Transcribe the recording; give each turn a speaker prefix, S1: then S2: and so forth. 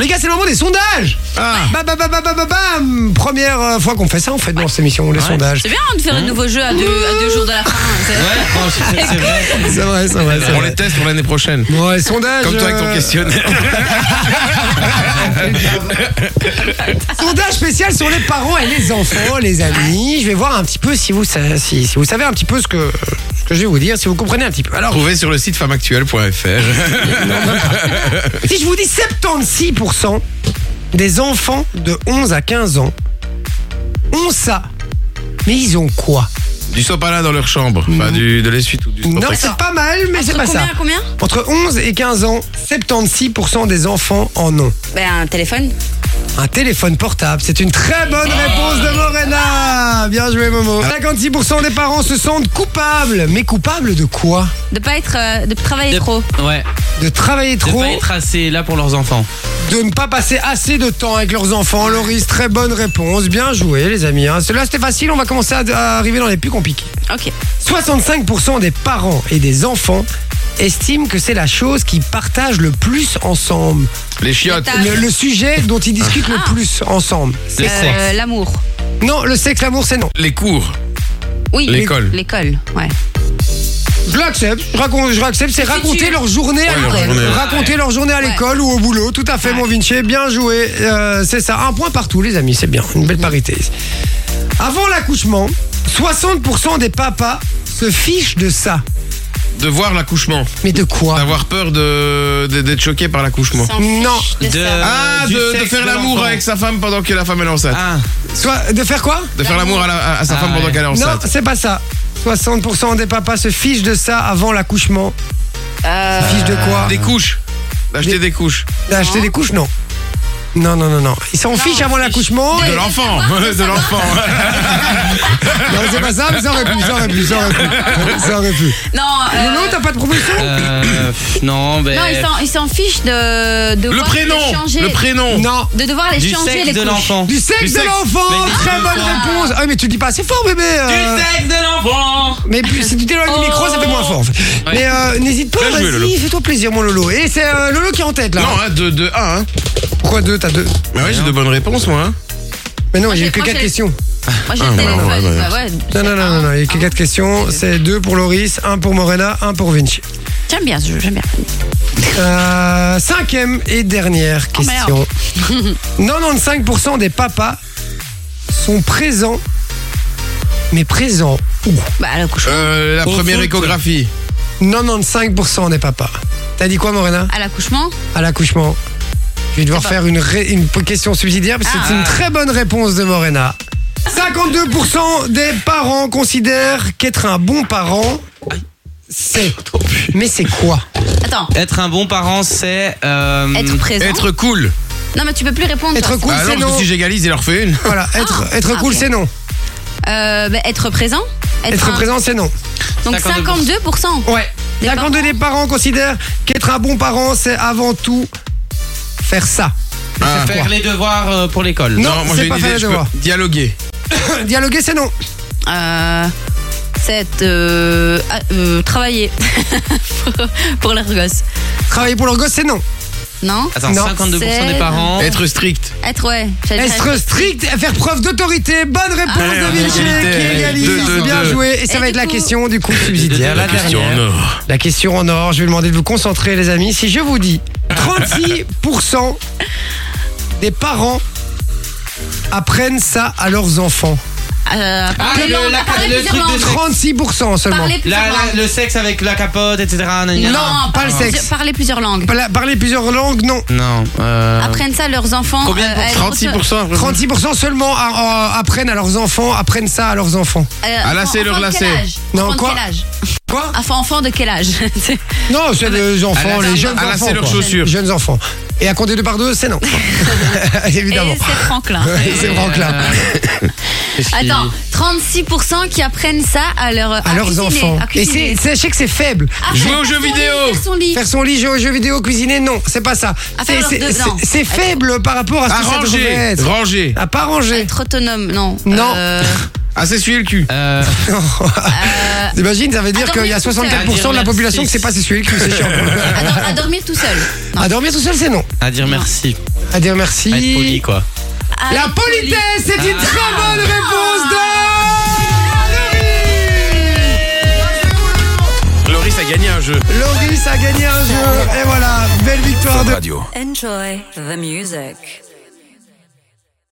S1: Les gars, c'est le moment des sondages
S2: Ah.
S1: Bam, bam, bam, bam, bam, bam, bam. Première euh, fois qu'on fait ça, en fait, dans cette émission, les sondages.
S3: C'est bien hein, de faire un nouveau jeu à deux, à deux jours de la fin. hein, c'est-
S1: C'est vrai, c'est vrai, c'est
S2: On
S1: vrai.
S2: les teste pour l'année prochaine.
S1: Bon, les sondages...
S2: Comme toi avec ton
S1: euh,
S2: questionnaire.
S1: Sondage spécial sur les parents et les enfants, les amis. Je vais voir un petit peu si vous, sa- si, si vous savez un petit peu ce que, ce que je vais vous dire, si vous comprenez un petit peu. Alors,
S2: Trouvez sur le site femmeactuelle.fr.
S1: si je vous dis 76% des enfants de 11 à 15 ans ont ça, mais ils ont quoi
S2: Du sopalin dans leur chambre. Enfin, du, de l'essuie-tout. Du
S1: Non,
S2: Sopalin.
S1: c'est pas mal, mais c'est
S3: Entre
S1: pas
S3: combien
S1: ça.
S3: à combien
S1: Entre 11 et 15 ans, 76% des enfants en ont.
S3: Ben, un téléphone.
S1: Un téléphone portable, c'est une très bonne réponse de Morena Bien joué Momo 56% des parents se sentent coupables Mais coupables de quoi
S3: De pas être. euh, de travailler
S4: De-
S3: trop.
S4: Ouais,
S1: De travailler
S4: de
S1: trop,
S4: pas être assez là pour leurs enfants.
S1: de ne pas passer assez de temps avec leurs enfants. Loris, très bonne réponse, bien joué les amis. hein. Cela c'était facile, on va commencer à, à arriver dans les plus compliqués.
S3: Ok.
S1: 65% des parents et des enfants estiment que c'est la chose qu'ils partagent le plus ensemble.
S2: Les chiottes.
S3: Le
S1: Le, le sujet dont ils discutent
S3: Ah.
S1: le plus ensemble.
S4: Le
S3: Euh,
S4: sexe.
S3: L'amour.
S1: Non, le sexe, l'amour, c'est non.
S2: Les cours.
S3: Oui.
S2: L'école.
S3: L'école, ouais.
S1: Je l'accepte, je, raconte, je l'accepte, c'est raconter
S3: Futur.
S1: leur journée à
S2: Ouais,
S1: l'école.
S2: leur journée.
S1: Raconter leur journée à
S3: Ouais.
S1: l'école ou au boulot, tout à fait, mon Vinci, bien joué. Euh, c'est ça, un point partout, les amis, c'est bien, une belle parité. Avant l'accouchement, 60% des papas se fichent de ça.
S2: De voir l'accouchement.
S1: Mais de quoi
S2: D'avoir peur de, de- d'être choqué par l'accouchement.
S1: Non.
S4: De-
S2: Ah,
S4: Euh, du
S2: de, de
S4: sexe
S2: faire
S4: de
S2: l'amour
S4: l'enfant.
S2: avec sa femme pendant que la femme est enceinte.
S4: Ah,
S1: Soit, de faire quoi
S2: De faire l'amour à, la- à- à sa
S4: Ah,
S2: femme pendant
S4: ouais.
S2: qu'elle est
S1: Non,
S2: enceinte.
S1: c'est pas ça. 60% des papas se fichent de ça avant l'accouchement.
S3: Euh,
S1: Fichent de quoi
S2: Des couches.
S4: Ah.
S2: D'acheter des couches.
S1: D'acheter des couches Non. Non, non, non, non. Ils s'en fichent avant l'accouchement.
S2: De l'enfant. De l'enfant.
S1: Non, c'est pas ça, mais ça aurait pu, ça aurait pu, ça aurait pu. Ça aurait pu.
S3: non, euh,
S1: Mais non, t'as pas de promotion
S4: euh, pff, non, ben.
S3: non, ils s'en- ils s'en fichent de. de
S2: Le
S3: devoir les
S2: prénom.
S3: changer-
S2: Le prénom.
S1: Non.
S3: De devoir les
S4: du
S3: changer
S4: sexe
S3: les
S4: de
S3: couches.
S4: l'enfant.
S1: Du sexe
S2: Du
S1: de
S2: sexe.
S1: l'enfant
S4: Mais-
S1: Très bonne réponse Ah mais tu dis pas assez fort bébé euh,
S4: sexe de l'enfant
S1: Mais puis, si tu t'éloignes du micro, ça fait moins fort en fait. Mais euh, n'hésite pas,
S2: Bien joué,
S1: vas-y,
S2: Lolo.
S1: fais-toi plaisir mon Lolo. Et c'est euh, Lolo qui est en tête là.
S2: Non, hein, de, de un. hein.
S1: Pourquoi deux T'as deux
S2: Mais Bah ouais, j'ai de bonnes réponses, moi. hein.
S1: Mais non,
S3: Moi,
S1: j'ai eu
S3: j'ai-
S1: que
S3: moi,
S1: quatre
S3: j'ai-
S1: questions.
S3: Moi, j'ai
S2: Ah,
S3: le
S2: bah,
S3: téléphone.
S2: ouais, ouais.
S3: bah ouais,
S1: Non, non, non, non, non, il y a eu que
S3: Ah.
S1: quatre questions. C'est deux pour Loris, un pour Morena, un pour Vinci.
S3: J'aime bien ce jeu, j'aime bien.
S1: Euh, cinquième et dernière
S3: Oh,
S1: question. 95% des papas sont présents, mais présents où
S3: Bah, à l'accouchement.
S2: Euh, la
S4: Au
S2: première
S4: foot.
S2: échographie.
S1: 95% des papas. T'as dit quoi, Morena
S3: À l'accouchement.
S1: À l'accouchement Je vais devoir
S3: C'est pas-
S1: faire une, ré- une question subsidiaire parce que c'est
S4: Ah.
S1: une très bonne réponse de Morena. 52% des parents considèrent qu'être un bon parent, c'est. Mais c'est quoi
S3: Attends,
S4: Être un bon parent, c'est. euh,
S3: être présent.
S2: Être cool.
S3: Non, mais tu peux plus répondre.
S1: Être
S3: toi.
S1: cool,
S2: Bah
S1: c'est
S2: alors, parce
S1: non.
S2: que si j'égalise, il leur fait une.
S1: Voilà, être, être
S3: ah,
S1: cool,
S3: ok.
S1: c'est non.
S3: Euh, bah, être présent. Être,
S1: Être
S3: un-
S1: présent, c'est non.
S3: Donc
S4: 52%.
S3: 52%.
S1: Ouais.
S3: Des
S1: 52 des parents considèrent qu'être un bon parent, c'est avant tout faire ça.
S2: Ah.
S4: Faire les devoirs euh, pour l'école.
S1: Non,
S2: moi
S1: c'est
S2: j'ai
S1: pas
S2: une
S1: faire
S2: idée,
S1: les
S2: je peux
S1: devoirs.
S2: dialoguer.
S1: Dialoguer, c'est non.
S3: Euh, c'est euh, ah, euh, travailler pour, pour leur gosse.
S1: Travailler pour leur gosse, c'est non.
S3: Non
S4: Attends,
S1: Non,
S4: 52%
S3: c'est-
S4: des parents.
S2: Être strict.
S3: Être, ouais. j'allais dire-
S1: Être strict, faire preuve d'autorité. Bonne réponse
S2: Allez,
S1: de
S2: on
S1: Vinci
S2: égalité,
S1: qui
S2: allez.
S1: égalise.
S2: Deux, deux,
S1: Bien
S2: deux.
S1: joué. Et ça
S3: Et
S1: va
S3: du
S1: être la
S3: coup-
S1: question du coup subsidiaire. La
S2: Question en
S1: dernière.
S2: or.
S1: La question en or. Je vais demander de vous concentrer, les amis. Si je vous dis 36% des parents apprennent ça à leurs enfants.
S3: Euh, parler
S4: le-
S3: lent-
S4: la-
S3: parler
S4: le
S3: plus
S4: truc de-
S3: lentement.
S1: 36% seulement.
S3: Parler plusieurs
S4: La- la-
S3: langues.
S4: le sexe avec la capote, etc. nanana.
S1: Non, pas le
S3: parler-
S1: sexe.
S3: Parler plusieurs langues.
S1: Parler- Parler plusieurs langues, non.
S4: Non. euh,
S3: Apprennent ça à leurs enfants.
S4: Combien
S3: euh,
S2: Eh,
S4: pour-
S3: à être-
S2: 36%
S1: 36% seulement a- a- apprennent à leurs enfants, apprennent ça à leurs enfants.
S3: euh,
S2: À lasser
S3: enfants-
S2: leur
S3: enfants de quel
S2: lasser.
S3: âge
S1: Non,
S3: Enfants de
S1: quoi
S3: quel âge
S1: Quoi
S3: Enfants enfants de quel âge
S1: Non, c'est les enfants,
S4: à la-
S1: les jeunes
S2: à la-
S1: enfants.
S2: c'est leurs
S1: quoi.
S2: chaussures.
S1: Jeunes enfants. Et à compter deux par deux, c'est non. Évidemment.
S3: Et c'est Franklin.
S1: C'est Franklin.
S4: euh, qu'est-ce qu'il-
S3: Attends, 36% qui apprennent ça à, Ah leur,
S1: À leurs enfants. Et c'est, sachez que c'est faible.
S2: Jouer aux jeux vidéo.
S1: Faire son lit, jouer aux jeux vidéo, cuisiner, non, c'est pas ça.
S3: À
S1: C'est,
S3: faire
S1: c'est-
S3: leurs deux-
S1: c'est-
S3: non.
S1: c'est faible par rapport à ce que ça devrait
S2: Arranger.
S1: être.
S2: Ah, Ranger.
S1: À pas ranger.
S3: Être autonome, non.
S1: Non.
S3: Euh,
S2: Ah, s'essuyer le cul.
S4: euh,
S1: T'imagines, ça veut dire
S3: à
S1: qu'il y a
S3: dormir tout seul.
S1: 64% de la
S4: À dire
S1: population
S4: merci.
S1: qui sait pas s'essuyer le cul, c'est chiant.
S3: à, dor- à dormir tout seul. Non.
S1: À dormir tout seul, c'est non.
S4: à dire merci.
S1: à dire merci.
S4: Être poli, quoi.
S1: La politesse, c'est une
S4: Ah.
S1: très bonne réponse de
S2: Loris a gagné un jeu.
S1: Laurie. Loris a gagné un jeu. Et voilà, belle victoire de
S2: Radio.
S5: Enjoy the music.